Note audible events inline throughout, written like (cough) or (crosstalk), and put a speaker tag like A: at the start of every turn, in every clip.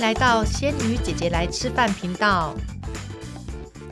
A: 来到仙女姐姐来吃饭频道。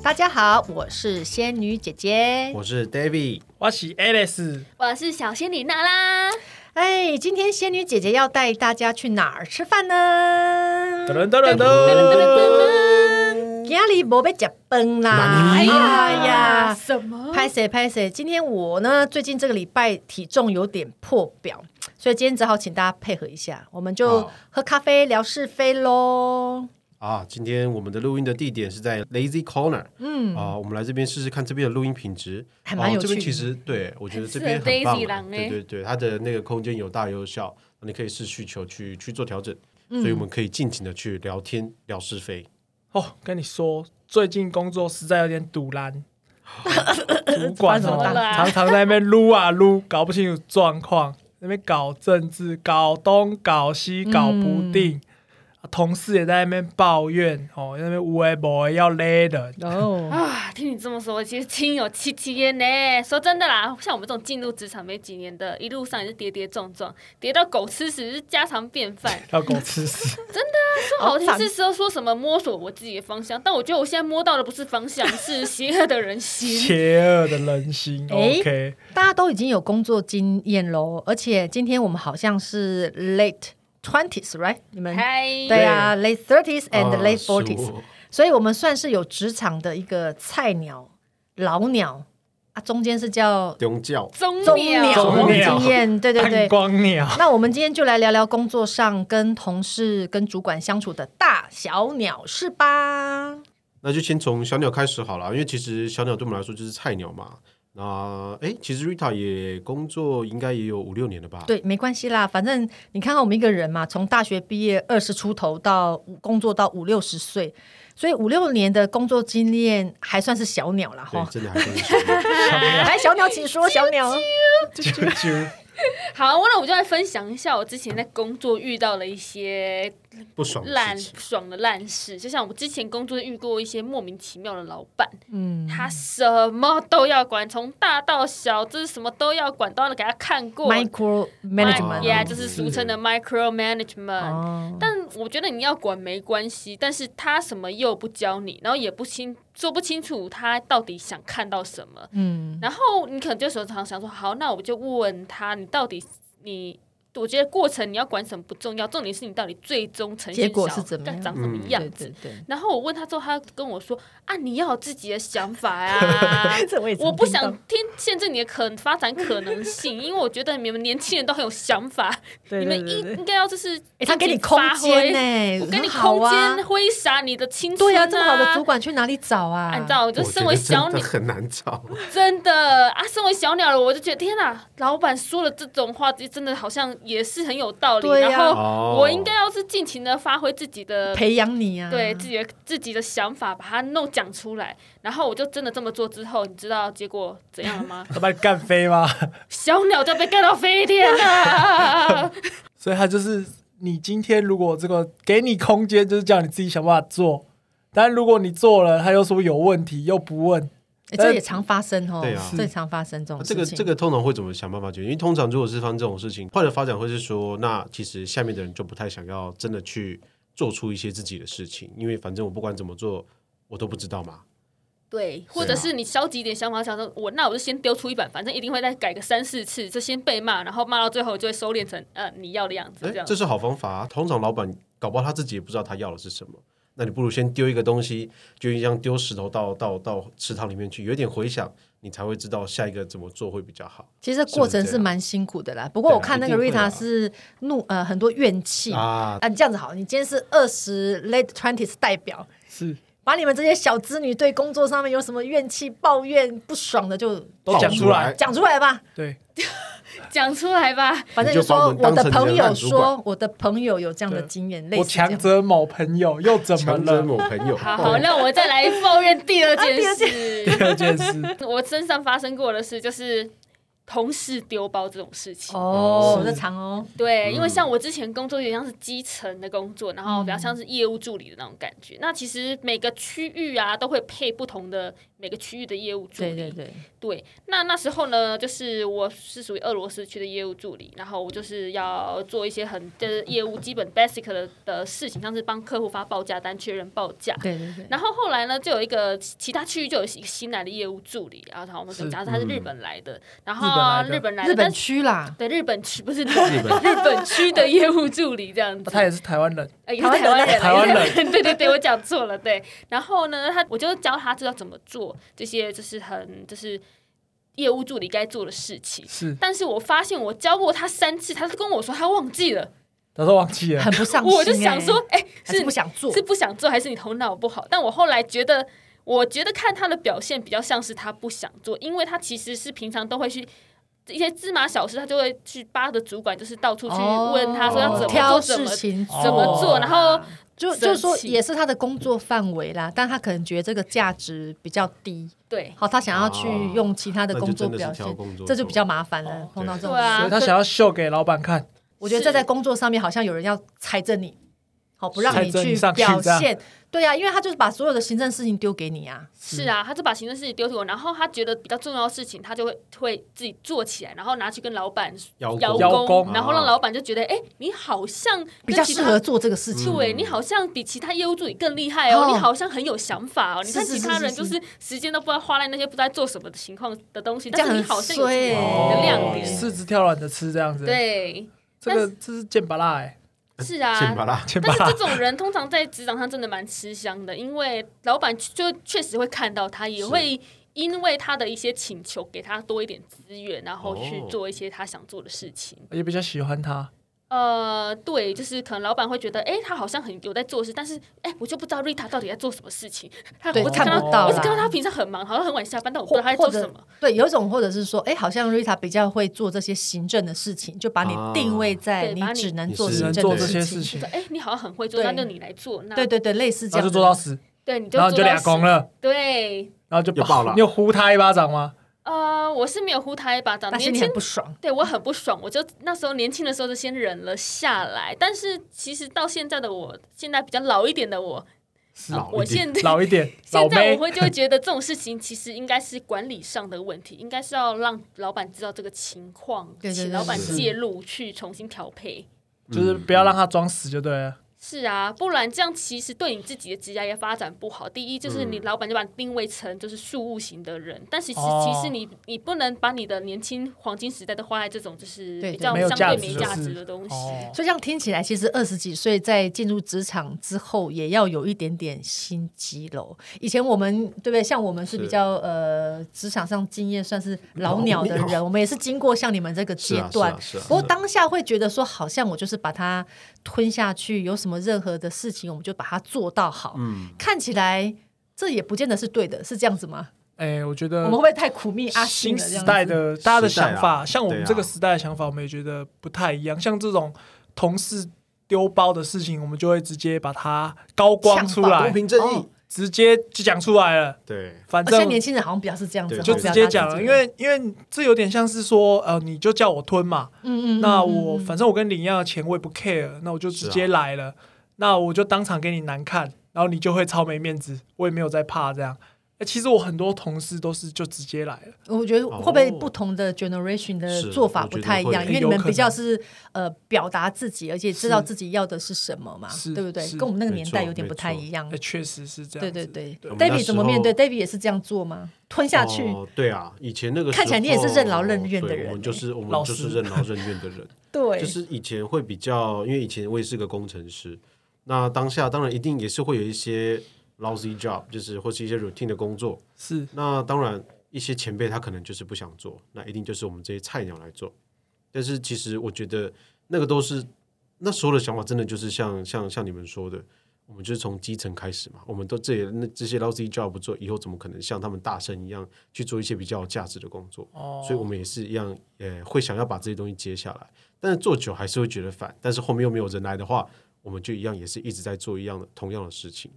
A: 大家好，我是仙女姐姐。
B: 我是 David，
C: 我是 Alice，
D: 我是小仙女娜拉，
A: 哎，今天仙女姐姐要带大家去哪儿吃饭呢？
C: 噔噔噔噔哎噔，
A: 家里无被夹崩啦！哎呀，
D: 什么？
A: 拍谁拍谁！今天我呢，最近这个礼拜体重有点破表，所以今天只好请大家配合一下，我们就
B: 哦
A: 喝咖啡聊是非喽。
B: 啊，今天我们的录音的地点是在 Lazy Corner，嗯，啊，我们来这边试试看这边的录音品质，
A: 还蛮有
B: 哦这边
A: 趣
B: 其实对我觉得这边
D: 很
B: 很
D: 适合
B: 棒
D: Lazy
B: 啊，
D: 郎
B: 对
D: 欸
B: 对
A: 哎
B: 对，它的那个空间有大有小，你可以视需求去去做调整，
A: 嗯
B: 所以我们可以尽情的去聊天聊是非。
C: 哦，跟你说，最近工作实在有点
A: (laughs)
C: 堵烂，主管
A: 发什么
D: 大
C: 哦
A: (laughs)
C: 常常在那边撸啊撸，搞不清楚状况，那边搞政治，搞东搞西，搞不定。啊同事也在那边抱怨哦，在那边无为不要勒人，
A: 哦，
D: 啊，听你这么说，其实亲有戚戚焉呢。说真的啦，像我们这种进入职场没几年的，一路上也是跌跌撞撞，跌到狗吃屎是家常便饭。
C: 要狗吃屎。
D: 说好听是说说什么摸索我自己的方向，但我觉得我现在摸到的不是方向，是邪恶的
C: (laughs)
D: 人心。
C: 邪恶的人心。
A: (laughs) 诶
C: OK，
A: 大家都已经有工作经验喽，而且今天我们好像是 late twenties，right？你们
D: 嗨，
A: 对啊，late thirties and
B: 啊
A: late
B: 是我
A: forties，所以我们算是有职场的一个菜鸟、老鸟啊，中间是叫
B: 宗教
D: 中
A: 中
D: 鸟，
A: 鸟
C: 中
A: 的
C: 鸟
A: 经验，对对对
C: 暗。光鸟。
A: 那我们今天就来聊聊工作上跟同事、跟主管相处的大小鸟事吧。
B: 那就先从小鸟开始好了，因为其实小鸟对我们来说就是菜鸟嘛。那哎，其实 Rita 也工作应该也有五六年了吧？
A: 对，没关系啦，反正你看看我们一个人嘛，从大学毕业二十出头到工作到五六十岁，所以五六年的工作经验还算是小鸟啦
B: 对，
A: 哈。
B: 真的还算是小鸟。
A: 来，小鸟请说，小鸟。
C: 啾
A: (laughs)
C: 啾，？
D: 好，那我就来分享一下我之前在工作遇到了一些
B: 不爽的
D: 烂
B: 事情
D: 爽的烂事，就像我之前工作遇过一些莫名其妙的老板，
A: 嗯，
D: 他什么都要管，从大到小，这是什么都要管，都要给他看过。
A: micro management。嗯
D: yeah，就是俗称的 micro management。
A: 哦，
D: 但我觉得你要管没关系，但是他什么又不教你，然后也不清说不清楚他到底想看到什么，
A: 嗯，
D: 然后你可能就时候常常想说，好，那我就问他，你到底你，我觉得过程你要管什么不重要，重点是你到底最终呈现
A: 结果
D: 小
A: 是怎么样
D: 长什么
B: 嗯
D: 样
A: 对
D: 子。
A: 对对，
D: 然后我问他之后，他跟我说啊，你要有自己的想法呀、
A: (laughs) 这我也
D: 我不想听限制你的可发展可能性，因为我觉得你们年轻人都很有想法，
A: (laughs) 对
D: 你
A: 对
D: 们
A: 对
D: 应
A: 对
D: 应该要就是
A: 诶哎他给你
D: 尽情
A: 空
D: 发
A: 间
D: 挥，
A: 呢，
D: 我给你
A: 很好
D: 空
A: 啊
D: 间挥洒你的青春、
A: 对啊呀，这么好的主管去哪里找啊？
D: 按照就
B: 我觉
D: 身
B: 得
D: 为小
B: 真的
D: 鸟，
B: 很难找，
D: 真的啊，身为小鸟了，我就觉得天哪，老板说了这种话，真的好像也是很有道理。
A: 对呀
D: 然后
B: (laughs) 哦
D: 我应该要是尽情的发挥自己的，
A: 培养你啊，
D: 对自己的自己的想法，把它弄讲出来。然后我就真的这么做之后，你知道结果怎样了
A: (laughs)
D: 吗
C: 他把你干飞吗？
D: 小鸟就被干到飞天
A: (laughs)
D: 了。
C: 所以他就是你今天如果这个给你空间，就是叫你自己想办法做。但如果你做了，他又说有问题，又不问，
A: 诶哎这也常发生哦，
B: 呃对啊
A: 这也常发生这种
B: 这个
A: 事情。
B: 这个通常会怎么想办法解决？因为通常如果是发生这种事情，坏的发展会是说，那其实下面的人就不太想要真的去做出一些自己的事情，因为反正我不管怎么做，我都不知道嘛。
D: 对， (laughs) 或者是你消极一点想法，想说我那我就先丢出一版，反正一定会再改个三四次，就先被骂，然后骂到最后就会收敛成呃你要的样子
B: 哎
D: 这，样
B: 这。是好方法、啊。通常老板搞不好他自己也不知道他要的是什么。那你不如先丢一个东西，就像丢石头到到到池塘里面去，有一点回响，你才会知道下一个怎么做会比较好
A: 其实这过程是蛮辛苦的啦，不过我看那个
B: 一定会
A: Rita
B: 啊
A: 是怒呃很多怨气啊。
B: 啊。
A: 你这样子好，你今天是二十 late twenties 代表，
C: 是
A: 把你们这些小资女对工作上面有什么怨气、抱怨、不爽的就
C: 都讲出来
B: 爆。
A: 讲出来吧。
C: 对，
D: 讲出来吧，
A: 反正
B: 你就把
A: 说
B: 我们
A: 我
B: 当
A: 的
B: 成你的
A: 朋友
B: 烂主管
A: 说，我的朋友有这样的
C: 对
A: 经验，类
C: 我
A: 似这样
C: 强者某朋友又怎么
B: 强征
C: 了？
B: 某朋友，
D: 好好，那我再来哦啊抱怨第二件事。 (laughs)
C: 第二件事，
D: 我身上发生过的事就是，同事丢包这种事情。
A: 哦，
B: 是
A: 这长哦，
D: 对，
B: 嗯
D: 因为像我之前工作有点像是基层的工作，然后比较像是业务助理的那种感觉。那其实每个区域啊都会配不同的每个区域的业务助理。
A: 对对对，
D: 对那那时候呢，就是我是属于俄罗斯区的业务助理，然后我就是要做一些很就是业务基本 basic 的的事情，像是帮客户发报价单、确认报价，
A: 对对对，
D: 然后后来呢，就有一个其其他区域就有一个新来的业务助理，然后我们
C: 是
D: 讲他是日
B: 嗯
D: 本来的，
C: 本来
D: 然后
C: 的
D: 日本来的，
A: 日本
D: 但是
A: 区
D: (laughs)
A: 啦，
D: 对日本区不是日
B: 日
D: 本
B: 本
D: 日本区的业务助理这样子，
C: 他也是哦台湾人，
D: 呃，也是
A: 台湾
D: 台湾人，
C: 台湾人
D: 也是台，对对对，我讲错了，对。然后呢，他我就教他知道怎么做这些，就是很就是业务助理该做的事情。
C: 是，
D: 但是我发现我教过他三次，他跟我说他忘记了，
C: 他说忘记
D: (laughs)
C: 了，
A: 很不上心欸，
D: 啊我就想说，哎、
A: 还是
D: 是
A: 不想做
D: 是，不想做还是你头脑不好？但我后来觉得，我觉得看他的表现比较像是他不想做，因为他其实是平常都会去。一些芝麻小事，他就会去扒着主管，就是到处去问他说要怎么
A: 哦挑
D: 做、怎
A: 事
D: 么
A: 情哦
C: 怎么做
D: 然后
A: 就
D: 生
A: 就是说
D: 气
A: 也是他的工作范围啦，但他可能觉得这个价值比较低，
D: 对
A: 好，他想要去
B: 哦
A: 用其他的
B: 那就
A: 工作
B: 真的是
A: 表
B: 挑
A: 现，
B: 工作
A: 这就
B: 做
A: 比较麻烦了
C: 哦。
A: 碰到这种
D: 对
A: 事，
D: 啊
C: 所以他想要秀给老板看，
A: 我觉得
D: 是
A: 这在工作上面好像有人要踩着你，好不让
C: 踩
A: 你
C: 着你
A: 去
C: 上去
A: 表
C: 这样
A: 现。对啊，因为他就是把所有的行政事情丢给你啊。
D: 是啊，他就把行政事情丢给我，然后他觉得比较重要的事情，他就会会自己做起来，然后拿去跟老板
B: 邀
D: 邀
C: 邀
D: 功，
C: 功
D: 然后让老板就觉得，哎、你好像跟
A: 哦比较
D: 其
A: 适
D: 他
A: 合做这个事情。
D: 对，你好像比其他业务助理更厉害哦，
A: 嗯哦
D: 你好像很有想法哦。你
A: 是
D: 看
A: 是
D: 其
A: 是
D: 他
A: 是
D: 人
A: 是
D: 就是时间都不知道花在那些不知道在做什么的情况的东西，
A: 这样
D: 但是你
A: 很
D: 好像有
A: 衰欸
D: 你
A: 耶
D: 的亮
B: 哦
D: 点。
C: 四肢跳软着吃这样子，，
D: 对，
C: 这个这是剑拔辣哎，
D: 是啊，
B: 呃欠巴啦，
C: 剑拔
D: 但是
C: 辣
D: 这种人通常在职场上真的蛮吃香的，因为老板就确实会看到他，也
B: 是
D: 会因为他的一些请求给他多一点资源，然后去
B: 哦
D: 做一些他想做的事情。
C: 也比较喜欢他，
D: 呃，对，就是可能老板会觉得，哎、他好像很有在做事，但是，哎、我就不知道 Rita 到底在做什么事情。他
A: 对
D: 我只
A: 看
D: 看
A: 不到
D: 我只
A: 啦
D: 看到他平常很忙，好像很晚下班，但我不知
A: 或
D: 道他在
A: 或
D: 做什
A: 者
D: 么。
A: 对，有一种或者是说，哎，好像 Rita 比较会做这些行政的事情，就把你
B: 啊
A: 定位在
D: 对把你
A: 只能
B: 你
A: 做
B: 只
C: 只
A: 行
C: 能
A: 政
C: 做
A: 的
C: 这些
A: 事
C: 事
A: 情。
C: 情
D: 就说，，哎、你好像很会做，
A: 对
D: 那就你来做。那
A: 对对对，类似这样
C: 然后
A: 的，
C: 就做到死，
D: 对你就
C: 然后你就
D: 做到
C: 俩
D: 死
C: 公。了，
D: 对，
C: 然后就
B: 又
C: (laughs)
B: 爆了
C: 你有呼他一巴掌吗？
D: 呃，我是没有呼他一巴掌，
A: 但
D: 年
A: 心里
D: 轻
A: 很不爽。
D: 对我很不爽，我就那时候年轻的时候就先忍了下来。但是其实到现在的我，现在比较老一点的我，
A: 呃
C: 是
B: 老
D: 我
B: 一点
D: 现在
C: 老一点，老
D: 哦 (laughs) 现在
C: 妹
D: 我，会就会觉得这种事情其实应该是管理上的问题，应该是要让老板知道这个情况，
A: 对对对
D: 请老板
B: 是
D: 介入去重新调配。
C: 就是
B: 嗯
C: 不要让他装死就对了，
D: 是啊，不然这样其实对你自己的职业也发展不好。第一就是你
B: 嗯
D: 老板就把你定位成就是事务型的人，但是其
C: 哦
D: 其实你你不能把你的年轻黄金时代都花在这种就是
A: 对对
D: 比较
A: 没
C: 有
D: 相对
C: 价值
D: 没
C: 的
D: 价
C: 事
D: 值的东西。
C: 哦，
A: 所以这样听起来，其实二十几岁在进入职场之后，也要有一点点心机喽。以前我们对不对？像我们是
B: 是
A: 比较呃职场上经验算是老鸟的
B: 老
A: 人，我们也是经过像你们这个
B: 是
A: 阶
B: 啊是
A: 段哦
B: 啊。是啊，
A: 不过当下会觉得说，好像我就是把它吞下去，有什么任何的事情，我们就把它做到好。
B: 嗯，
A: 看起来这也不见得是对的，是这样子吗？
C: 哎，我觉
A: 我
C: 得
A: 们会不会太苦命阿信
C: 新
A: 了？这
C: 时
A: 样
C: 代
A: 子，哦
C: 的大家的
B: 时代啊
C: 想法，像我们
B: 对啊
C: 这个时代的想法，我们也觉得不太一样。像这种同事丢包的事情，我们就会直接把它高光出
A: 呛爆
B: 公
C: 来，
B: 平正义
A: 哦，
C: 直接就讲出来了。
B: 对，
C: 反
A: 而且
C: 正
A: 年轻人好像比较是这样子，
B: 对
C: 就
A: 好
C: 直
A: 像
C: 接
A: 比较
C: 讲
A: 大家
C: 了，
A: 这
C: 因
A: 样
C: 为因为这有点像是说，呃，你就叫我吞嘛，
A: 嗯嗯，
C: 那
A: 嗯
C: 我
A: 嗯
C: 反正我跟你一样的钱，我也不 care，那我就直接
B: 啊
C: 来了，那我就当场给你难看，然后你就会超没面子，我也没有在怕这样。哎，其实我很多同事都是就直接来了，
A: 我觉得会不会
B: 哦
A: 不同的 generation 的
B: 是
A: 做法
B: 我觉
A: 不
B: 得
A: 太一
B: 会
A: 样？因为你
C: 有
A: 们
C: 可
A: 比较
C: 能
A: 是呃表达自己，而且知道
C: 是
A: 自己要的是什么嘛，
C: 是
A: 对不对？
C: 是
A: 跟我们那个
B: 没
A: 年代
B: 错
A: 有点
B: 没
A: 不太
B: 错
A: 一样
C: 哎，。确实是这样
A: 对
C: 子。
A: 嗯对对
C: 对
B: 我们那
A: ，David 怎么
B: 时候
A: 面对？David 也是这样做吗？吞下去，
B: 哦对啊，以前那个
A: 看起来
B: 时
A: 你也是
B: 候
A: 任劳任怨的
B: 对
A: 人
B: 我们
A: 欸
B: 就是我
C: 老
B: 们就是
C: 实
B: 任劳任怨的人。
A: (laughs) 对，
B: 就是以前会比较，因为以前我也是个工程师，那当下当然一定也是会有一些 lousy job，就是或是一些 routine 的工作。
C: 是
B: 那当然一些前辈他可能就是不想做，那一定就是我们这些菜鸟来做。但是其实我觉得那个都是那时候的想法，真的就是像像像你们说的，我们就是从基层开始嘛，我们都这也那这些 lousy job 不做，以后怎么可能像他们大神一样去做一些比较有价值的工作？
C: 哦，
B: 所以我们也是一样，也会想要把这些东西接下来，但是做久还是会觉得烦，但是后面又没有人来的话，我们就一样也是一直在做一样的同样的事情。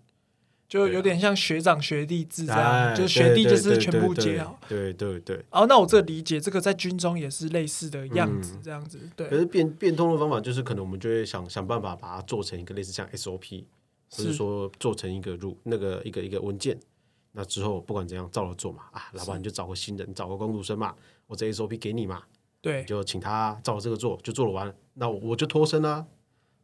C: 就有点像学长学弟制这样，就是学弟就是全部
B: 接
C: 接啊好。。
B: 哎对对对，
C: 哦，那我这理解，这个在军中也是类似的样子，这样子对
B: 嗯可，是变变通的方法就是，可能我们就会想想办法把它做成一个类似像 SOP，或
C: 是
B: 是说做成一个入那个一个一个文件。那之后不管怎样照着做嘛，啊，老板你就找个新人，你找个工读生嘛，我这 SOP 给你嘛，
C: 对
B: 你，就请他照着这个做，就做了完，那我我就脱身啦、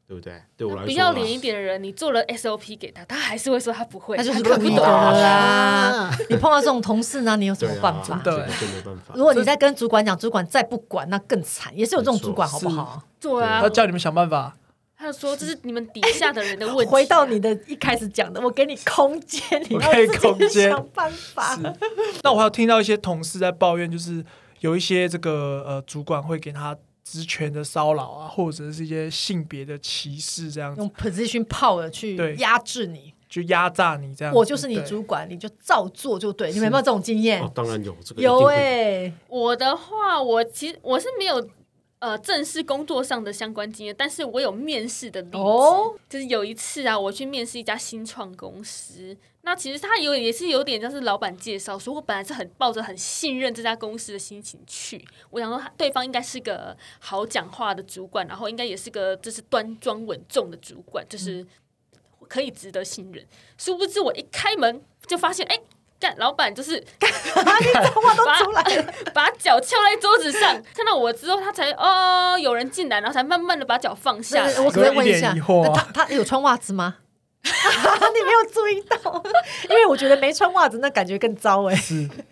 B: 对不对？对我来说啦，啊
D: 比较脸一点的人，你做了 SOP 给他，他还是会说他不会，
A: 他就是
D: 他
A: 看不懂了啦。你碰到这种同事呢，你有什
B: (laughs) 对
A: 么
B: 啊，
A: 办法？
C: 真的
B: 这个就没办法
A: 如。果你再跟主管讲，主管再不管，那更惨。也是有这种主管，好不好？
D: 做啊
C: 他。叫你们想办法。
D: 他说这是你们底下的人
A: (laughs)
D: 的问题啊。
A: 回到你的一开始讲的，我给你空间，你
C: 我
A: 要
C: 给
A: 自
C: 空
A: 己
C: 间
A: 想办法。
C: (laughs) 那我还有听到一些同事在抱怨，就是有一些这个呃主管会给他职权的骚扰啊，或者是一些性别的歧视这样子，
A: 用 position power 去
C: 对
A: 压制你，
C: 就压榨你这样子。
A: 我就是你
C: 对
A: 主管，你就照做就对。你们有没有这种经验
B: 哦？，当然有这个一定
A: 有
B: 会
C: (laughs)
A: 哎，
D: 我的话，我其实我是没有呃正式工作上的相关经验，但是我有面试的例子。
A: 哦
D: 就是有一次啊，我去面试一家新创公司，那其实他有也是有点像是老板介绍，说我本来是很抱着很信任这家公司的心情去，我想说他对方应该是个好讲话的主管，然后应该也是个就是端庄稳重的主管，就是可以值得信任。殊不知我一开门就发现，哎、干老板就是
A: 话都出来
C: (laughs)
A: 了，
D: 把脚翘在桌子上，看到我之后，他才哦有人进来，然后才慢慢的把脚放下来。
A: 我可不可以问一
C: 有
A: 下，
C: 一点疑惑
A: 那
C: 啊
A: 他他有穿袜子吗？ (laughs) 你没有注意到， (laughs) 因为我觉得没穿袜子那感觉更糟哎。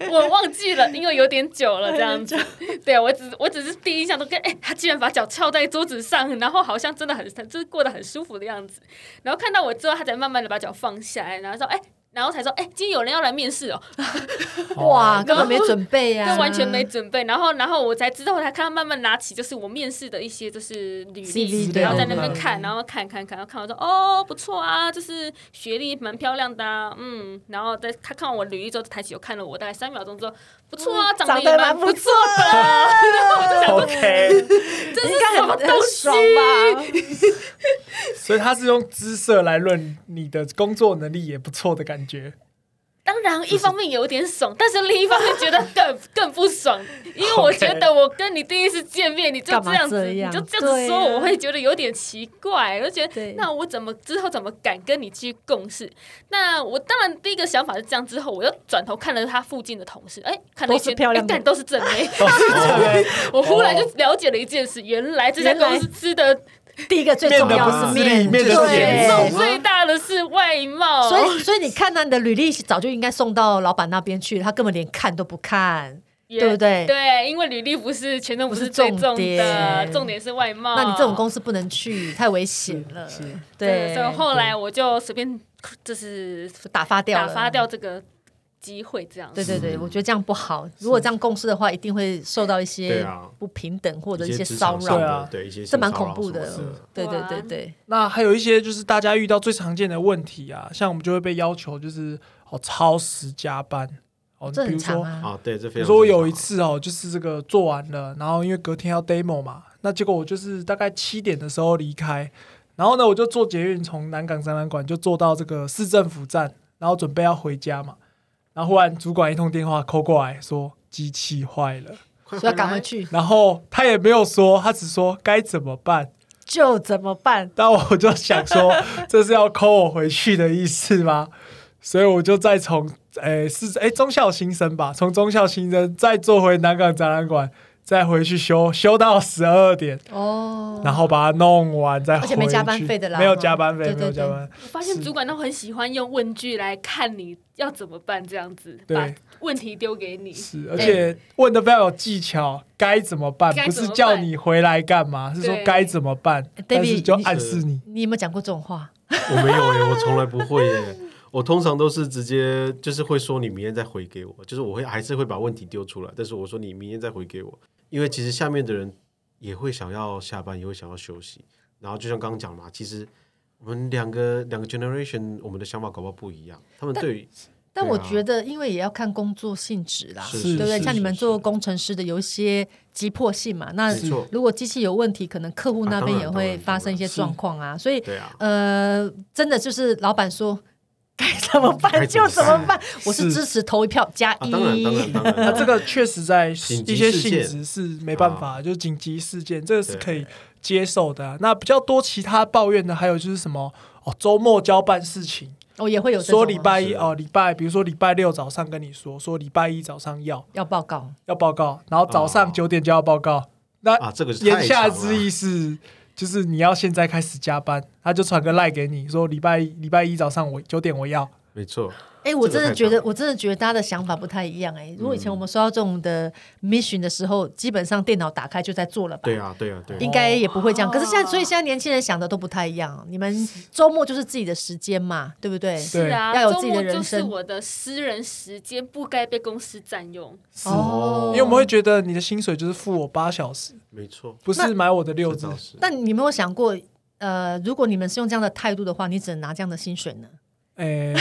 D: 我忘记了，因为有点久了这样子。 (laughs) 对我只我只是第一印象都跟哎、他居然把脚翘在桌子上，然后好像真的很就是过得很舒服的样子。然后看到我之后，他才慢慢的把脚放下来，然后说哎、然后才说哎、今天有人要来面试哦，
C: 啊
A: 哇，根本没准备啊呀，
D: (laughs) 就完全没准备。然后然后我才知道，我才看他慢慢拿起就是我面试的一些就是履
A: CV
D: 历，
A: 对
D: 然后在那边
A: 对
D: 看，然后看看看，然后看我说哦不错啊，就是学历蛮漂亮的、啊，嗯，然后再他看我履历之后抬起头看了我大概三秒钟之后，不错啊，长
A: 嗯长
D: 得也
A: 得
D: 蛮
A: 蛮
D: 不
A: 不
D: 错
A: 错
D: 的啊， (laughs) 然后我就想说
C: OK，
D: 这
A: (laughs) 应
D: 是
A: 该
D: 什么
A: 很
D: 东
A: 很
D: 西啊
A: 爽？吧？
C: 所以他是用姿色来论你的工作能力也不错的感
A: (laughs)
C: 觉。
D: 当然，一方面有点爽，但是另一方面觉得更更不爽，因为我觉得我跟你第一次见面，你就
A: (laughs) 干
D: 这
A: 嘛
D: 样子，
A: 这
D: 你
A: 样
D: 就这样子
A: 对
D: 说，
A: 啊
D: 我会觉得有点奇怪，我就觉得
A: 对啊
D: 那我怎么之后怎么敢跟你去共事？那我当然第一个想法是这样，之后我又转头看了他附近的同事，哎，看了一
A: 都
D: 圈
A: 是漂亮
D: 哎
A: 的哦
D: 干都是正
A: (laughs)
D: 妹，
C: 对
D: (laughs) 我忽然就了解了一件事，原来这家
A: 原来
D: 公司的
A: 第一个最
C: 面
A: 重
C: 的
A: 要
C: 不
A: 是
C: 自立，面的
A: 对
C: 是严重。
D: 最大的是外貌，
A: 所以，所以你看到你的履历早就应该送到老板那边去，他根本连看都不看。
D: 也
A: 对不对
D: 对，因为履历不是权重
A: 不
D: 不是
A: 是
D: 最
A: 重
D: 重的，
A: 点
D: 重点是外貌。
A: 那你这种公司不能去，太危险了
C: 是是。
D: 对，
A: 对，
D: 所以后来我就随便就是
A: 打发掉
D: 打
A: 了，
D: 发。掉这个机会，这样
A: 对对
B: 嗯
A: 对，我觉得这样不好。如果这样共事的话，一定会受到一
B: 对
A: 些
B: 啊
A: 不平等或者一些
B: 职
A: 骚
B: 场上
A: 扰，
B: 的对一些
A: 这蛮
B: 性骚
A: 恐
B: 扰
A: 怖
B: 什么
A: 的
B: 的。
A: 对对
D: 对
A: 对
D: 啊
A: 对，
C: 那还有一些就是大家遇到最常见的问题啊，像我们就会被要求就是哦超时加班哦，
A: 这
C: 比
A: 很
C: 如
A: 长
C: 说
A: 啊。
B: 啊，对，这非常。
C: 比如说我有一，次哦，就是这个做完了，然后因为隔天要 demo 嘛，那结果我就是大概七点的时候离开，然后呢我就坐捷运从南港展览馆就坐到这个市政府站，然后准备要回家嘛，然后忽然主管一通电话扣过来说机器坏了，
A: 所
B: 所
A: 以要赶回。去，
C: 然后他也没有说，他只说该怎么办。
A: 就怎么办？
C: 但我就想说， (laughs) 这是要扣我回去的意思吗？所以我就再从诶、是诶、中校新生吧，从中校新生再坐回南港展览馆，再回去修修到十二点，
A: 哦，
C: 然后把它弄完再回
A: 而
C: 去。
A: 且没加班费的啦
C: 没有加班费，
A: 对对
C: 没有加班。
D: 我发现主管都很喜欢用问句来看你要怎么办，这样子
C: 对
D: 把问题丢给你。
C: 是，而且问的非常有技巧，该怎么办？
D: 该
C: 不
D: 怎
C: 是
D: 么办
C: 叫你回来干嘛，是说
D: 对
C: 该怎么办，但是
A: David，
C: 就
A: 你
C: 暗示你。
A: 你有没有讲过这种话？
B: (laughs) 我没有欸耶，我从来不会耶。我通常都是直接就是会说你明天再回给我，就是我会还是会把问题丢出来，但是我说你明天再回给我，因为其实下面的人也会想要下班，也会想要休息。然后就像刚刚讲嘛，其实我们两个两个 generation，我们的想法搞不好不一样。他们对于
A: 但
B: 对
A: 我
B: 啊
A: 觉得，因为也要看工作性质啦，
B: 是
A: 对不对？
B: 是
A: 像你们
B: 是
A: 做
B: 是
A: 工程师的，有一些急迫性嘛，那
B: 没错
A: 如果机器有问题，可能客户那边
B: 啊当然
A: 也
B: 当
A: 会
B: 然
A: 发生一些状况啊，所以
B: 对啊，
A: 呃，真的就是老板说该怎么
B: 该
A: 办
B: 怎么
A: 就怎么办。我
C: 是
A: 是支持投一票加
B: 啊，
A: 一，
B: 当然当然当
C: 那
B: 然，
C: 啊这
B: (laughs)
C: 个确实在一
B: 紧急
C: 些
B: 事
C: 性
B: 件啊
C: 质是没办法，就是紧急事件，这个是
B: 对
C: 可以接受的啊、那比较多其他抱怨的，还有就是什么哦，周末交办事情，
A: 我也会有这种
C: 说
A: 啊
C: 礼拜一
B: 是
C: 哦，礼拜，比如说礼拜六早上跟你说，说礼拜一早上要
A: 要报告，
C: 要报告，然后早上
B: 哦
C: 九点就要报告。那
B: 啊，这个是
C: 言
B: 太
C: 下
B: 强
C: 之
B: 了。
C: 意是，就是你要现在开始加班，他就传个赖给你说礼拜一礼拜一早上我九点我要，
B: 没错，
A: 哎、我
B: 这个
A: 真的
B: 太
A: 觉得
B: 棒，了嗯
A: 我真的觉得大家的想法不太一样哎、如果以前我们收到这种的 mission 的时候，基本上电脑打开就在做了吧？
B: 对啊，对啊，对啊
A: 应该也不会这样。
D: 哦
A: 可是现在，所以现在年轻人想的都不太一样。你们周末就是自己的时间嘛，对不对？
D: 是啊，
A: 要有
D: 周
A: 自己的
D: 末
A: 人
D: 就是
A: 生
D: 我的私人时间，不该被公司占用。
C: 是
A: 哦
B: 哦
C: 因为我们会觉得你的薪水就是付我八小时，
B: 没错，
C: 不是买我的六
B: 这
C: 日
B: 倒。是。
A: 但你有没有想过，呃，如果你们是用这样的态度的话，你只能拿这样的薪水呢？
C: 哎，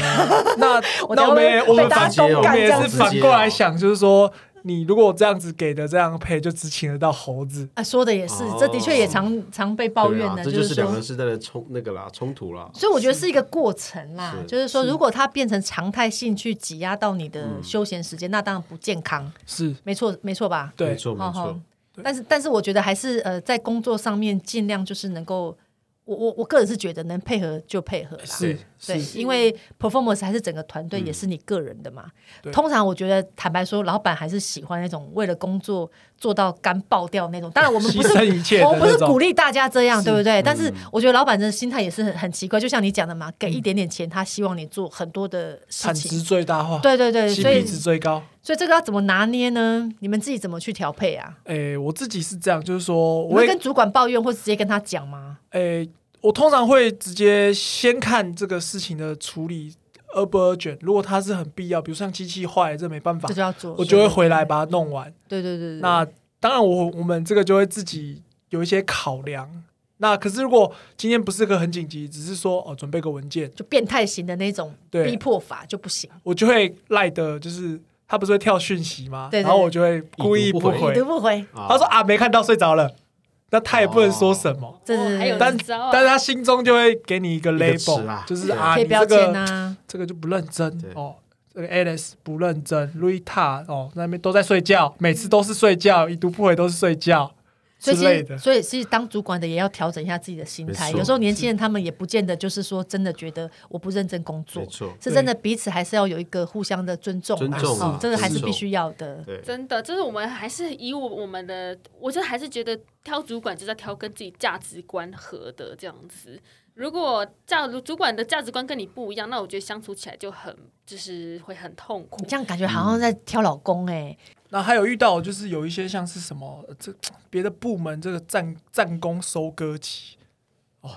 C: 那
A: 我
C: 那我们也
A: 等下会
C: 我们
A: 被大
C: 反哦
A: 家公
C: 我
A: 干
C: 们也
A: 这样
C: 是
A: 子
C: 反过来想，就是说你如果这样子给的这样配，就只请得到猴子。
A: 啊，说的也是，
B: 哦
A: 这的确也常常被抱
B: 对
A: 怨
B: 啊
A: 的，
B: 这
A: 就是说
B: 两个。世代的冲那个啦，冲突啦。
A: 所以我觉得是一个过程啦，
B: 是
A: 就是说，
C: 是
A: 如果它变成常态性去挤压到你的休闲时间，那当然不健康，
C: 是
A: 没错，没错吧？
B: 没
C: 对，
B: 错没
A: 好好
B: 错，
A: 但是，但是我觉得还是呃，在工作上面尽量就是能够，我我我个人是觉得能配合就配合啦。
C: 是
A: 对
C: 是，嗯
A: 因为 performance 还是整个团队，也是你个人的嘛。
C: 对
A: 通常我觉得，坦白说，老板还是喜欢那种为了工作做到干爆掉那种。当然，我们不
C: (laughs) 牺
A: 是
C: 牲一切
A: 我
C: 的
A: 们不
C: 那
A: 是鼓
C: 种。
A: 励大家这样，
C: 是嗯
A: 对不对？但是我觉得老板的心态也是很很奇怪，就像你讲的嘛，给一点点钱，他希望你做很多的事
C: 产值
A: 情。
C: 最大化，
A: 对对对，所以
C: ，CP 值最高。
A: 所以这个要怎么拿捏呢？你们自己怎么去调配啊？
C: 诶、哎我自己是这样，就是说，
A: 你
C: 我
A: 会
C: 也
A: 跟主管抱怨，或直接跟他讲吗？
C: 诶、我通常会直接先看这个事情的处理urgent，如果它是很必要，比如像机器坏了，这没办法
A: 这，就要做，
C: 我就会回来把它弄完。
A: 对。对对对对，
C: 那当然我，我们这个就会自己有一些考量。那可是，如果今天不是个很紧急，只是说哦准备个文件，
A: 就变态型的那种
C: 对
A: 逼迫法就不行，
C: 我就会赖的，就是他不是会跳讯息吗？
A: 对对
C: 然后我就会故意
B: 已读不回
A: 已读不回，
B: 啊
C: 他说啊没看到睡着了，那他也不能说什么。
A: 这
D: 哦
A: 是
D: 还有
C: 但
D: 这招啊
C: 但是他心中就会给你一个
B: 个
C: label，
B: 词啊
C: 就是
B: 对
C: 啊，
A: 贴
C: 你
A: 标
C: 这
A: 签
C: 个
A: 啊。
C: 这个就不认真
B: 对
C: 哦，这个 Alice 不认真，Rita 哦那边都在睡觉，每次都是睡觉，已读不回都是睡觉
A: 所
C: 之
A: 以其
C: 类的
A: 实，。所以其实当主管的也要调整一下自己的心态。
B: 没错
A: 有时候年轻人他们也不见得就是说真的觉得我不认真工作
B: 没，错，
A: 是真的彼此还是要有一个互相的尊重嘛，
B: 尊重
A: 哦
B: 啊
A: 这个还是
B: 尊重
A: 必须要的。
B: 对，
D: 真的，就是我们还是以我我们的，我就还是觉得挑主管就是要挑跟自己价值观合的这样子。如果价主管的价值观跟你不一样，那我觉得相处起来就很就是会很痛苦
A: 你。这样感觉好像在挑老公哎，
C: 那还有遇到就是有一些像是什么呃这别的部门这个战战功收割期，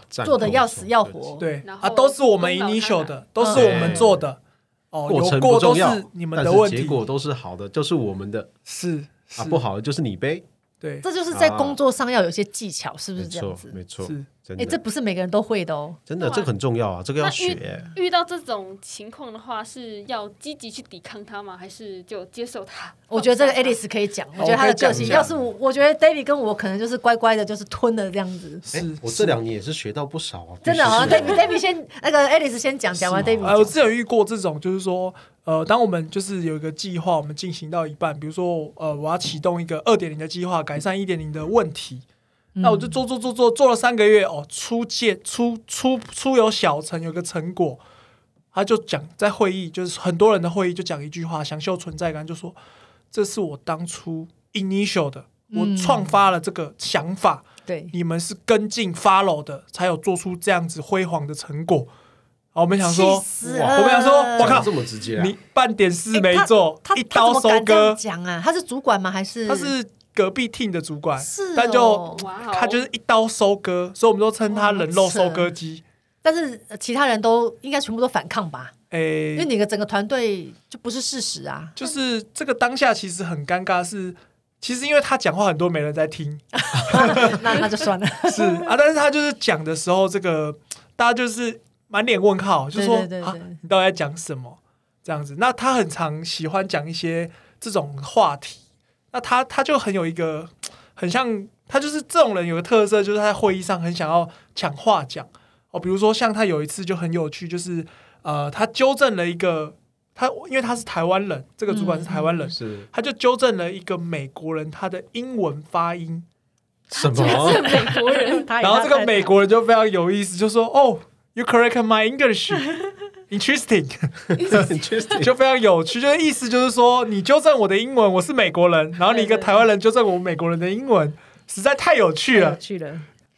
B: 战
A: 做的
B: 斗
A: 要
B: 手
A: 死要
B: 册
A: 活。
C: 对
D: 哦然后
C: 啊，都是我们
D: 功劳他
C: initial
D: 拿
C: 的，都是我们做的。哦，
B: 过
C: 有
B: 程
C: 过
B: 不
C: 都
B: 重
C: 是
B: 要，
C: 你们
B: 但
C: 的
B: 是
C: 问
B: 结
C: 题，
B: 果都是好的，就是我们的
C: 是
B: 啊，
C: 是
B: 不好的就是你呗，
C: 对，
A: 这就是在工作上要有一些技巧，是不
B: 没
A: 是这样
B: 错
A: 子？
B: 没错，
C: 是
B: 真
A: 哎，这
B: 的
A: 不是每个人都会的哦。
B: 真的
D: 对啊
B: 这个很重要啊，这个要
D: 那因为
B: 学。
D: 遇到这种情况的话，是要积极去抵抗它吗？还是就接受它？
A: 我觉得这个
D: 放下它
A: Alice 可以讲，我
C: 哦
A: 觉得她的
C: 我可以讲
A: 个性，
B: 一下
A: 要是我，我觉得 David 跟我可能就是乖乖的，就是吞了这样子。
B: 哎
C: 是，
B: 我
C: 是
B: 这两年也是学到不少啊，
A: 真的
B: 必须
A: 啊
B: 是
A: ，David David 先那个 Alice 先讲，讲完 David
C: 呃，我
A: 讲
C: 之前有遇过这种，就是说，呃，当我们就是有一个计划，我们进行到一半，比如说，呃，我要启动一个二点零的计划，改善一点零的问题，
A: 嗯
C: 那我就做做做做做了三个月，哦，初见初初初有小成，有个成果，他就讲在会议，就是很多人的会议就讲一句话，想秀存在感，就说这是我当初 initial 的，
A: 嗯
C: 我创发了这个想法，
A: 对，
C: 你们是跟进 follow 的，才有做出这样子辉煌的成果。好，我们想说
A: 气，死
B: 哇
A: 了
C: 我们想说我
B: 讲
C: 靠
B: 得这么直接啊，
C: 你半点事没做，
A: 哎他
C: 一
A: 他他
C: 刀
A: 怎么
C: 收
A: 敢这样
C: 割。
A: 讲啊？他是主管吗？还是
C: 他是隔壁 team 的主管，
A: 是哦
C: 但就
D: 哇哦，
C: 他就是一刀收割，所以我们都称他人肉收割机。
A: 但是呃其他人都应该全部都反抗吧？因为
C: 诶，
A: 你的整个团队就不是事实
C: (laughs)
A: 啊。
C: 就是这个当下其实很尴尬是，其实因为他讲话很多没人在听，
A: 那那就算了， (laughs)
C: 是啊，但是他就是讲的时候，这个大家就是满脸问号，就说
A: 对对对
C: 啊
A: 对，
C: 你到底在讲什么？这样子。那他很常喜欢讲一些这种话题，那他他就很有一个很像他就是这种人有个特色，就是他在会议上很想要抢话讲哦。比如说像他有一次就很有趣，就是呃，他纠正了一个他，因为他是台湾人，这个主管是台湾
A: 嗯
C: 人，
B: 是
C: 他就纠正了一个美国人他的英文发音，
B: 什
D: 他是
B: 么？
D: 美国人，
A: 他也
C: 然后这
A: 他
C: 个
A: 也
C: 美国人就非常有意思，就说哦，you correct
A: (laughs)
C: my English。Interesting，
B: (laughs)
C: 就非常有趣，就是意思就是说，你纠正我的英文，我是美国人，然后你一
A: 对对
C: 个
A: 对
C: 台湾人纠正我美国人的英文，实在太有趣
A: 有
C: 了，
A: 趣了。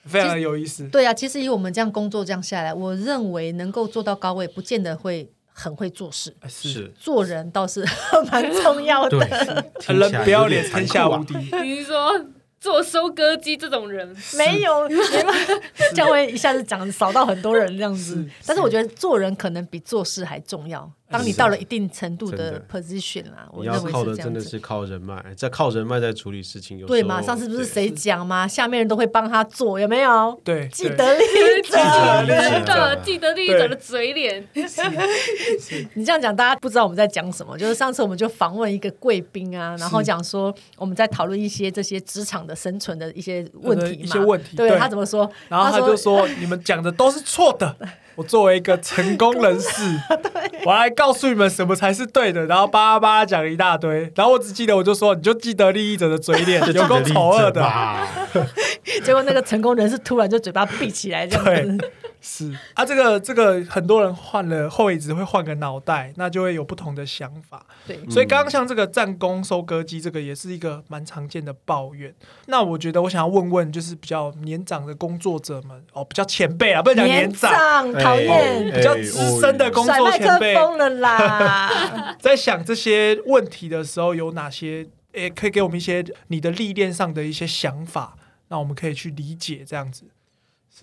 C: 非常有意思。
A: 对啊，其实以我们这样工作这样下来，我认为能够做到高位，不见得会很会做事，
B: 是，
A: 做人倒是 (laughs) 蛮重要
B: 对
A: 的。，
B: 听起来
C: 人不要
B: 有点
C: 脸，
B: 残
C: 天下
B: 酷啊
C: 无敌。
D: 你是说做收割机这种人，
A: (laughs) 没有，你们 (laughs) 这样会一下子讲扫到很多人这样子
C: 是。
A: 但是我觉得做人可能比做事还重要。当你到了一定程度
B: 真
A: 的
B: 的
A: position 啦，我
B: 你
A: 认
B: 要
A: 为
B: 靠的
A: 这
B: 真
A: 样
B: 的
A: 子。
B: 是靠人脉，哎在靠人脉在处理事情。有时候
A: 对嘛？上次不是
B: 对
A: 谁讲嘛？下面人都会帮他做，有没有？
C: 对，
A: 既
C: 对
A: 得利益者，
B: 啊
D: 真的
B: 对
D: 既得利益者的嘴脸，
A: (laughs) 你这样讲，大家不知道我们在讲什么。就是上次我们就访问一个贵宾啊，然后讲说我们在讨论一些这些职场的生存的一些问题嘛，
C: 一些问题
A: 对
C: 对
A: 他怎么说？
C: 然后他
A: 说
C: 就说：“你们讲的都是错的。我作为一个成功人士，啊我来告诉你们什么才是对的。”然后巴拉巴拉讲了一大堆。然后我只记得，我就说：“你就记得利益者的嘴脸，
B: 就
C: 有够
B: 既得利益
C: 丑恶
B: 者 (laughs)
C: 的。
B: 吧，
A: 结果那个成功人士突然就嘴巴闭起来这”样
C: 对
A: 子。，
C: 是啊，这个这个很多人换了后椅子会换个脑袋，那就会有不同的想法。
A: 对，
C: 所以刚刚像这个战功收割机，这个也是一个蛮常见的抱怨。那我觉得我想要问问，就是比较年长的工作者们，哦，比较前辈啊，不能讲年长，
A: 长
B: 哎
A: 讨厌
B: 哎
C: 比较资深的工
A: 甩
C: 作
A: 麦
C: 前
A: 克
C: 辈，
A: 风了
C: (laughs)
A: 啦。
C: 在想这些问题的时候，有哪些？诶，可以给我们一些你的历练上的一些想法，那我们可以去理解这样子。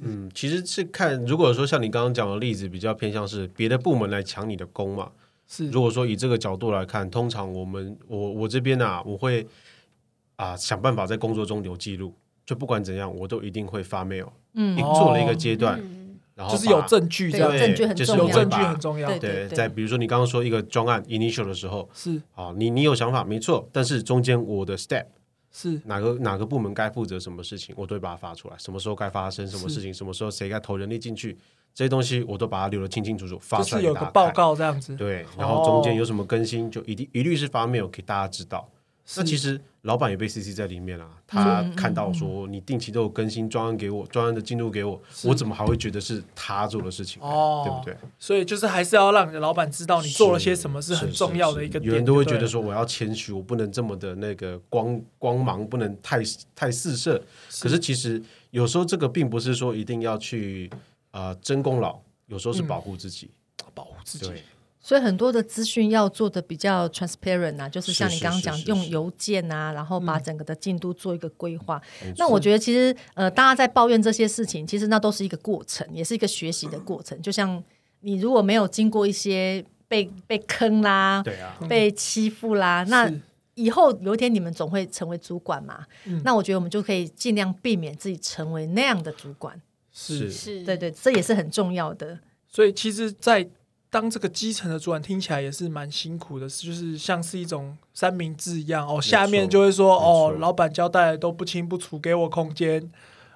B: 嗯，其实是看，如果说像你刚刚讲的例子，比较偏向是别的部门来抢你的工嘛。
C: 是
B: 如果说以这个角度来看，通常我们我我这边啊，我会啊想办法在工作中留记录，就不管怎样，我都一定会发 mail，
A: 嗯
B: 定做了一个阶段，
D: 嗯，
B: 然后
C: 就是有
B: 把
C: 证据这
A: 对有
C: 样，
A: 证据很
B: 就是
A: 重
C: 有
A: 要，
C: 证据很重要
A: 对。
B: 对，在比如说你刚刚说一个专案 initial 的时候，
C: 是
B: 啊，你你有想法没错，但是中间我的 step
C: 是
B: 哪个哪个部门该负责什么事情，我都会把它发出来，什么时候该发生什么事情，什么时候谁该投人力进去，这些东西我都把它留得清清楚楚，发
C: 就
B: 出来
C: 是
B: 给
C: 有
B: 大
C: 个
B: 家
C: 报
B: 看。
C: 告这样子。
B: 对，
C: 哦
B: 然后中间有什么更新，就一定一律是发 mail 给大家知道。那其实老板也被 CC 在里面啊，他
C: 嗯
B: 看到说你定期都有更新专案给我，专案的进度给我，我怎么还会觉得是他做的事情呢？啊
C: 哦
B: 对不对？
C: 所以就是还是要让你的老板知道你做了些什么是
B: 是
C: 很重要的一个
B: 是
C: 点。
B: 有人都会
C: 对
B: 觉
C: 了
B: 得说我要谦虚，我不能这么的那个光光芒，不能太太四射。可是其实有时候这个并不是说一定要去啊争功劳，有时候是啊保护自己。
C: 保护嗯自己啊
B: 对，，
A: 所以很多的资讯要做的比较 transparent 啊，就是像
B: 是
A: 你
B: 是
A: 刚刚
B: 是
A: 讲
B: 是
A: 用
B: 是
A: 邮件啊，然后把整个的进度做一个规划。
B: 嗯没
A: 那我觉得其实呃，大家在抱怨这些事情，其实那都是一个过程，也是一个学习的过程。就像你如果没有经过一些被被坑啦、
B: 对嗯啊，
A: 被欺负啦，那
C: 是
A: 以后有一天你们总会成为主管嘛。
B: 嗯
A: 那我觉得我们就可以尽量避免自己成为那样的主管。
B: 是
D: 是，
A: 对对，这也是很重要的。
C: 所以其实，在当这个基层的主管听起来也是蛮辛苦的，就是像是一种三明治一样哦，下面就会说
B: 没错
C: 哦，老板交代都不清不楚，给我空间。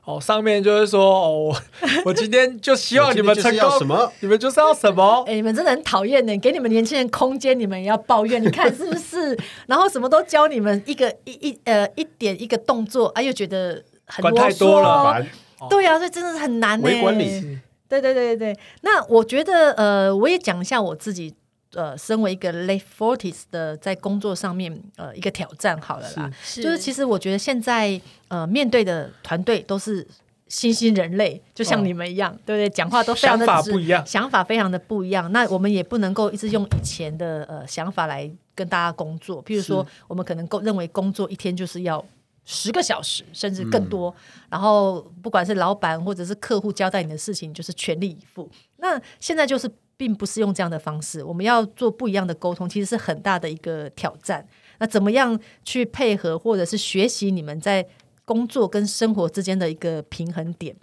C: 哦，上面就会说哦，
B: (laughs)
C: 我我今天就希望你们成
B: 我今天就是要
C: 功，
B: 什么
C: 你们就是要什么
B: (laughs)
A: 哎、，你们真的很讨厌呢！给你们年轻人空间，你们也要抱怨，你看是不是？ (laughs) 然后什么都教你们一个一一呃一点一个动作，哎、又觉得很
C: 管
A: 啰
C: 太
A: 嗦
C: 多了
A: 哦
B: 烦
A: 对啊，所以真的是很难呢。
B: 微管理
A: 对对对对对。那我觉得呃，我也讲一下我自己呃，身为一个 late forties 的在工作上面呃一个挑战好了啦。
D: 是
A: 就是其实我觉得现在呃面对的团队都是新兴人类，就像你们一样，对不对？讲话都非常的
C: 哦想法
A: 直
C: 不一样
A: 想法非常的不一样。那我们也不能够一直用以前的呃想法来跟大家工作，譬如说我们可能够认为工作一天就是要。十个小时甚至更多，然后不管是老板或者是客户交代你的事情，就是全力以赴。那现在就是并不是用这样的方式，我们要做不一样的沟通，其实是很大的一个挑战。那怎么样去配合或者是学习你们在工作跟生活之间的一个平衡点？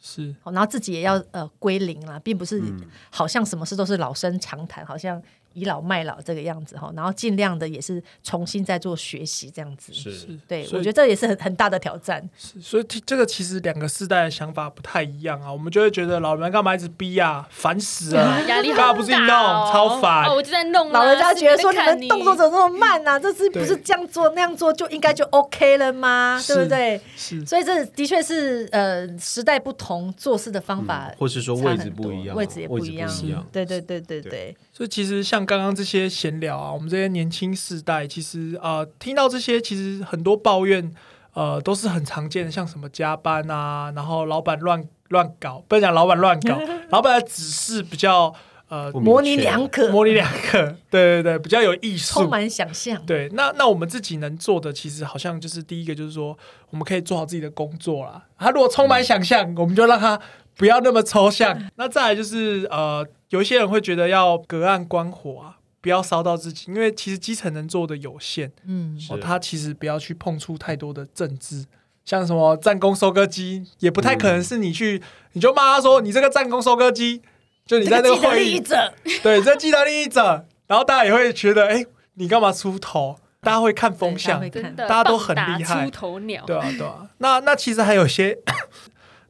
C: 是
A: 好，然后自己也要呃归零啦，并不是好像什么事都是老生常谈，好像倚老卖老这个样子哈，然后尽量的也是重新再做学习这样子。
B: 是
A: 对，
C: 所
A: 我
C: 以
A: 觉得这也是很很大的挑战。
C: 是所以这这个其实两个世代的想法不太一样啊，我们就会觉得老人干嘛一直逼啊，烦死了，
D: (laughs) 压力好
C: 干嘛
D: 大、哦，
C: 不自己弄，超烦
D: 哦，。我就在弄啊、
A: 老人家觉得说你
D: 是在看
A: 们
D: 你
A: 动作怎么那么慢啊？这是不是
C: 对
A: 这样做那样做就应该就 OK 了吗？
C: 是
A: 对不对？
C: 是
A: 所以这的确是呃时代不同，做事的方法
B: 嗯或是说
A: 差
B: 位置
A: 很
B: 不
A: 多
B: 一样啊，
A: 位置也不
B: 一
A: 一样。
B: 样。
A: 对对对对
B: 对
A: 对，
C: 所以其实像刚刚这些闲聊啊，我们这些年轻世代，其实呃听到这些，其实很多抱怨，呃都是很常见的，像什么加班啊，然后老板乱乱搞，不能讲老板乱搞，老板的指示比较呃
B: 不明
A: 模棱
B: 确
A: 两可，
C: 模棱两可，对对对，比较有艺术
A: 充，满想象。
C: 对，那那我们自己能做的，其实好像就是第一个，就是说我们可以做好自己的工作啦。他如果充
A: 嗯
C: 满想象，我们就让他不要那么抽象。那再来就是呃，有一些人会觉得要隔岸观火啊，不要烧到自己，因为其实基层能做的有限，
A: 嗯，
B: 是
C: 哦，他其实不要去碰触太多的政治。像什么战功收割机，也不太可能是你去，你就骂他说你这个战功收割机，就你
A: 这
C: 在那个
A: 既得
C: 会
A: 利
C: 议
A: 益者，
C: (laughs) 对，这既得利益者，然后大家也会觉得，哎、你干嘛出头？大家会看风向
A: 对大家会，看
D: 真的
C: 大家都很
D: 棒打
C: 厉害
D: 出头鸟，
C: 对啊，对啊。那那其实还有一些，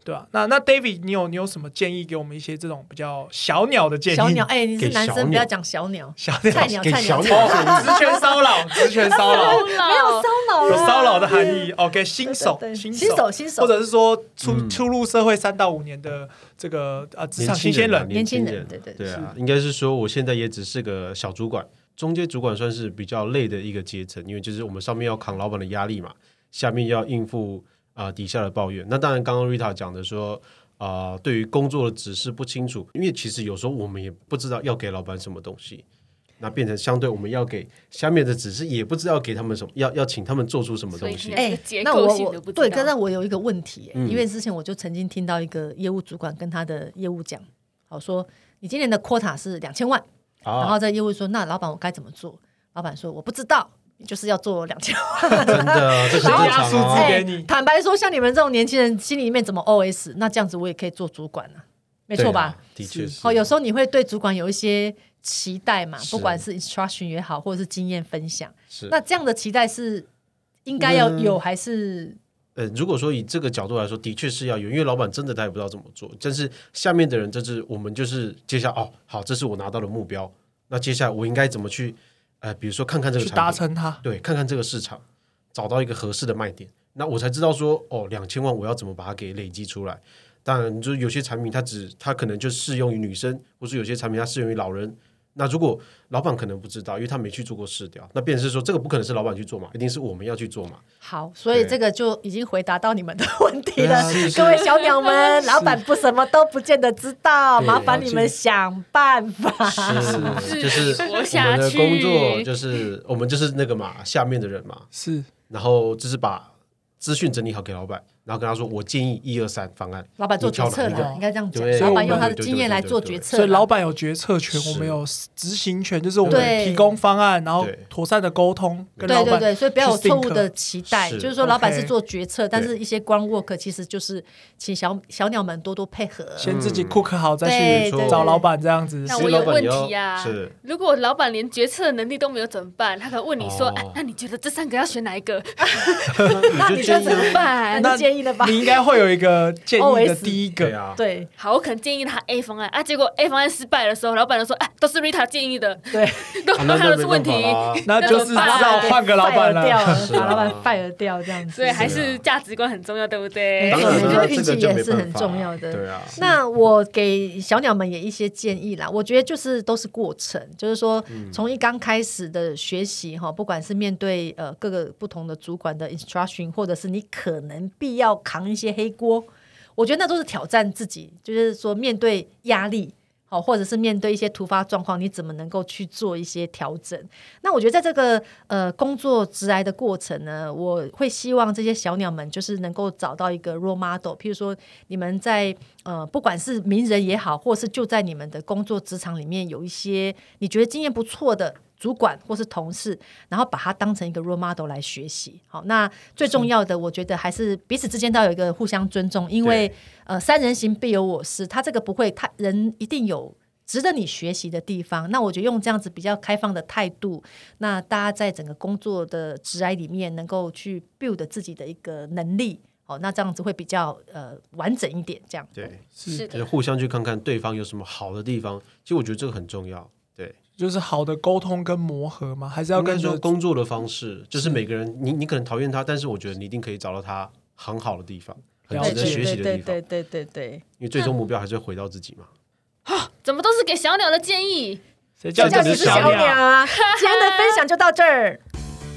C: 对啊。那那 David，你有你有什么建议给我们一些这种比较小鸟的建议？
A: 小鸟，哎，你是
B: 给
A: 男
B: 小
A: 生，不要
B: 鸟
A: 讲小鸟，
C: 小
A: 菜鸟，
C: 鸟，
B: 给
A: 菜
B: 小
A: 鸟，
B: 鸟
A: 菜鸟
C: 哦，职权骚扰，职权骚扰。
A: (laughs) 没有
D: 骚
A: 骚扰
C: 有
A: 啦，
C: 骚扰的含义哦，给新手、
A: 对对对
C: 新
A: 新手新手
C: 或者是说出、
B: 嗯
C: 出入社会三到五年的这个呃职
B: 年
C: 场新
B: 轻
C: 鲜
B: 人啊，
C: 人，
A: 年轻人
B: 人，
A: 对对
B: 对啊，应该是说我现在也只是个小主管，中间主管算是比较累的一个阶层，因为就是我们上面要扛老板的压力嘛，下面要应付啊、呃底下的抱怨。那当然，刚刚 Rita 讲的说。啊、对于工作的指示不清楚，因为其实有时候我们也不知道要给老板什么东西，那变成相对我们要给下面的指示也不知道给他们什么，要要请他们做出什么东
D: 所以
B: 西
D: 应。该
A: 哎、
D: 是结
A: 那
D: 构
A: 我
D: 性
A: 我
D: 的不知
A: 对，
D: 道
A: 刚才我有一个问题、哎
B: 嗯
A: 因为之前我就曾经听到一个业务主管跟他的业务讲，好说你今年的 quota 是两千万，然
B: 啊
A: 后，这业务说那老板我该怎么做？老板说我不知道，你就是要做两千万。哎
B: 真的，这是正
C: 然后
B: 常
C: 数字
B: 啊。
C: 给你
A: 坦白说，像你们这种年轻人心里面怎么 OS？那这样子我也可以做主管啊，没错吧？
B: 对啊？的确是。
A: 哦，有时候你会对主管有一些期待嘛，
B: 是
A: 不管是 instruction 也好，或者是经验分享，
B: 是
A: 那这样的期待是应该要有、
B: 嗯
A: 还是？
B: 呃，如果说以这个角度来说，的确是要有，因为老板真的他也不知道怎么做，但是下面的人就是我们就是接下来哦，好，这是我拿到的目标，那接下来我应该怎么去呃，比如说看看这个
C: 去
B: 产品
C: 达成它。
B: 对，看看这个市场，找到一个合适的卖点，那我才知道说，哦，两千万我要怎么把它给累积出来。当然，就是有些产品它只它可能就适用于女生，或是有些产品它适用于老人。那如果老板可能不知道，因为他没去做过试调，那便是说这个不可能是老板去做嘛，一定是我们要去做嘛。
A: 好，所以
B: 对
A: 这个就已经回答到你们的问题
B: 对
A: 了
B: 啊
C: 嗯
B: 是，是
A: 各位小鸟们，老板不什么都不见得知道，
B: 对
A: 麻烦你们想办法。
D: (laughs)
B: 是，
D: 是
B: 就是
D: 活
B: 我们
D: 下
B: 的
D: 去
B: 工作就是我们就是那个嘛，下面的人嘛，
C: 是，
B: 然后就是把资讯整理好给老板，然后跟他说，我建议一二三方案，
A: 老板做决策
B: 你挑哪
A: 了，
B: 一
A: 应该这样讲
B: 对，
A: 老板
C: 所以我
A: 用
C: 们
A: 他的经验来做决策啦。
C: 所以老板有决策权，
B: 是
C: 我们有执行权，就是我们
A: 对
C: 提供方案，然后
B: 对
C: 妥善的沟通跟
A: 对
C: 老
A: 对
C: 板。
A: 对，所以不要有
C: 去
A: 错误
C: think
A: 的期待，
B: 是
A: 就是说老板
C: OK
A: 是做决策，但是一些 ground work 其实就是请小小鸟们多多配合。
C: 先自
B: 嗯
C: 己 cook 好，再
A: 对
C: 去
B: 对
C: 找老板这样子。
D: 那
B: 所
D: 我
B: 以
D: 有
B: 老板
D: 问
B: 你要
D: 题呀、
B: 是
D: 如果老板连决策能力都没有怎么办？他可能问你说：“
B: 哦
D: 啊，那你觉得这三个要选哪一个？
A: 那 (laughs) 你就
B: 就建议啊
D: 怎
A: 是
D: 么办
A: 哎那你建议了吧？
C: 你应该会有一个建议的
A: OS
C: 第一
B: 对
C: 个，
B: 啊，
A: (laughs) 对？”
D: 好，我可能建议他 A 方案啊，结果 A 方案失败的时候，老板就说：“啊，都是 Rita 建议的，
A: 对，
D: (laughs) 都
B: 啊那
D: 都
B: 那
D: 他的
B: 没
D: 是问
B: 办
D: 题
B: 法。啦。
C: 那就是知道换个老板
A: 把 fire 掉
C: 了。
A: 了，
B: 是啊
A: 把老板 fire 掉这样子。”
D: 所以还是价值观很重要，对不对
A: 没？
B: 当
A: 错
B: 然
A: 没
B: 了
A: 错
B: 那
A: 运
B: 这个
A: 气
B: 就
A: 也
B: 没
A: 是
B: 办
A: 很
B: 法
A: 重要的
B: 对啊，
A: 那我给小鸟们也一些建议啦，我觉得就是都是过程，就是说
B: 嗯
A: 从一刚开始的学习哈，不管是面对呃各个不同的主管的 instruction，或者是你可能必要扛一些黑锅，我觉得那都是挑战自己，就是说面对压力。好，或者是面对一些突发状况，你怎么能够去做一些调整？那我觉得在这个呃工作职来的过程呢，我会希望这些小鸟们就是能够找到一个 role model，譬如说你们在呃不管是名人也好，或是就在你们的工作职场里面有一些你觉得经验不错的。主管或是同事，然后把它当成一个 role model 来学习。好，那最重要的，我觉得还是彼此之间都要有一个互相尊重，因为呃，三人行必有我师，他这个不会，他人一定有值得你学习的地方。那我觉得用这样子比较开放的态度，那大家在整个工作的职涯里面能够去 build 自己的一个能力，哦，那这样子会比较呃完整一点。这样，
B: 对，
D: 是
B: 就是
D: 的，
B: 互相去看看对方有什么好的地方。其实我觉得这个很重要。对，
C: 就是好的沟通跟磨合嘛，还是要
B: 应
C: 跟
B: 该说
C: 着
B: 工作的方式，就是每个人，你你可能讨厌他，但是我觉得你一定可以找到他很好的地方，很
C: 了
B: 值
C: 解
B: 得学习的
E: 对
B: 地方
E: 对。对对对
B: 因为最终目标还是会回到自己嘛。
D: 怎么都是给小鸟的建议。
C: 谁
E: 对，
C: 叫
B: 这
E: 叫
B: 样
E: 你
B: 子
E: 是
B: 小
E: 小鸟啊！今天的分享就到这儿。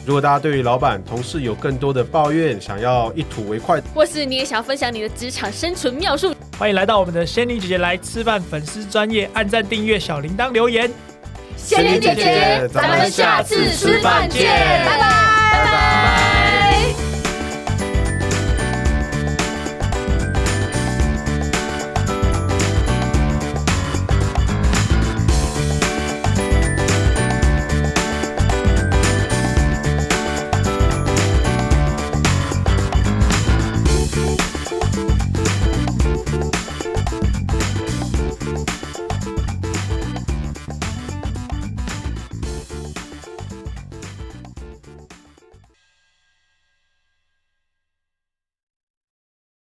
B: 如果大家对于老板、同事有更多的抱怨，想要一吐为快，
D: 或是你也想要分享你的职场生存妙术，
C: 欢迎来到我们的仙女姐姐来吃饭粉丝专业，按赞、订阅、小铃铛、留言。
D: 仙女姐姐，咱们下次吃饭见，
B: 拜
D: 拜拜。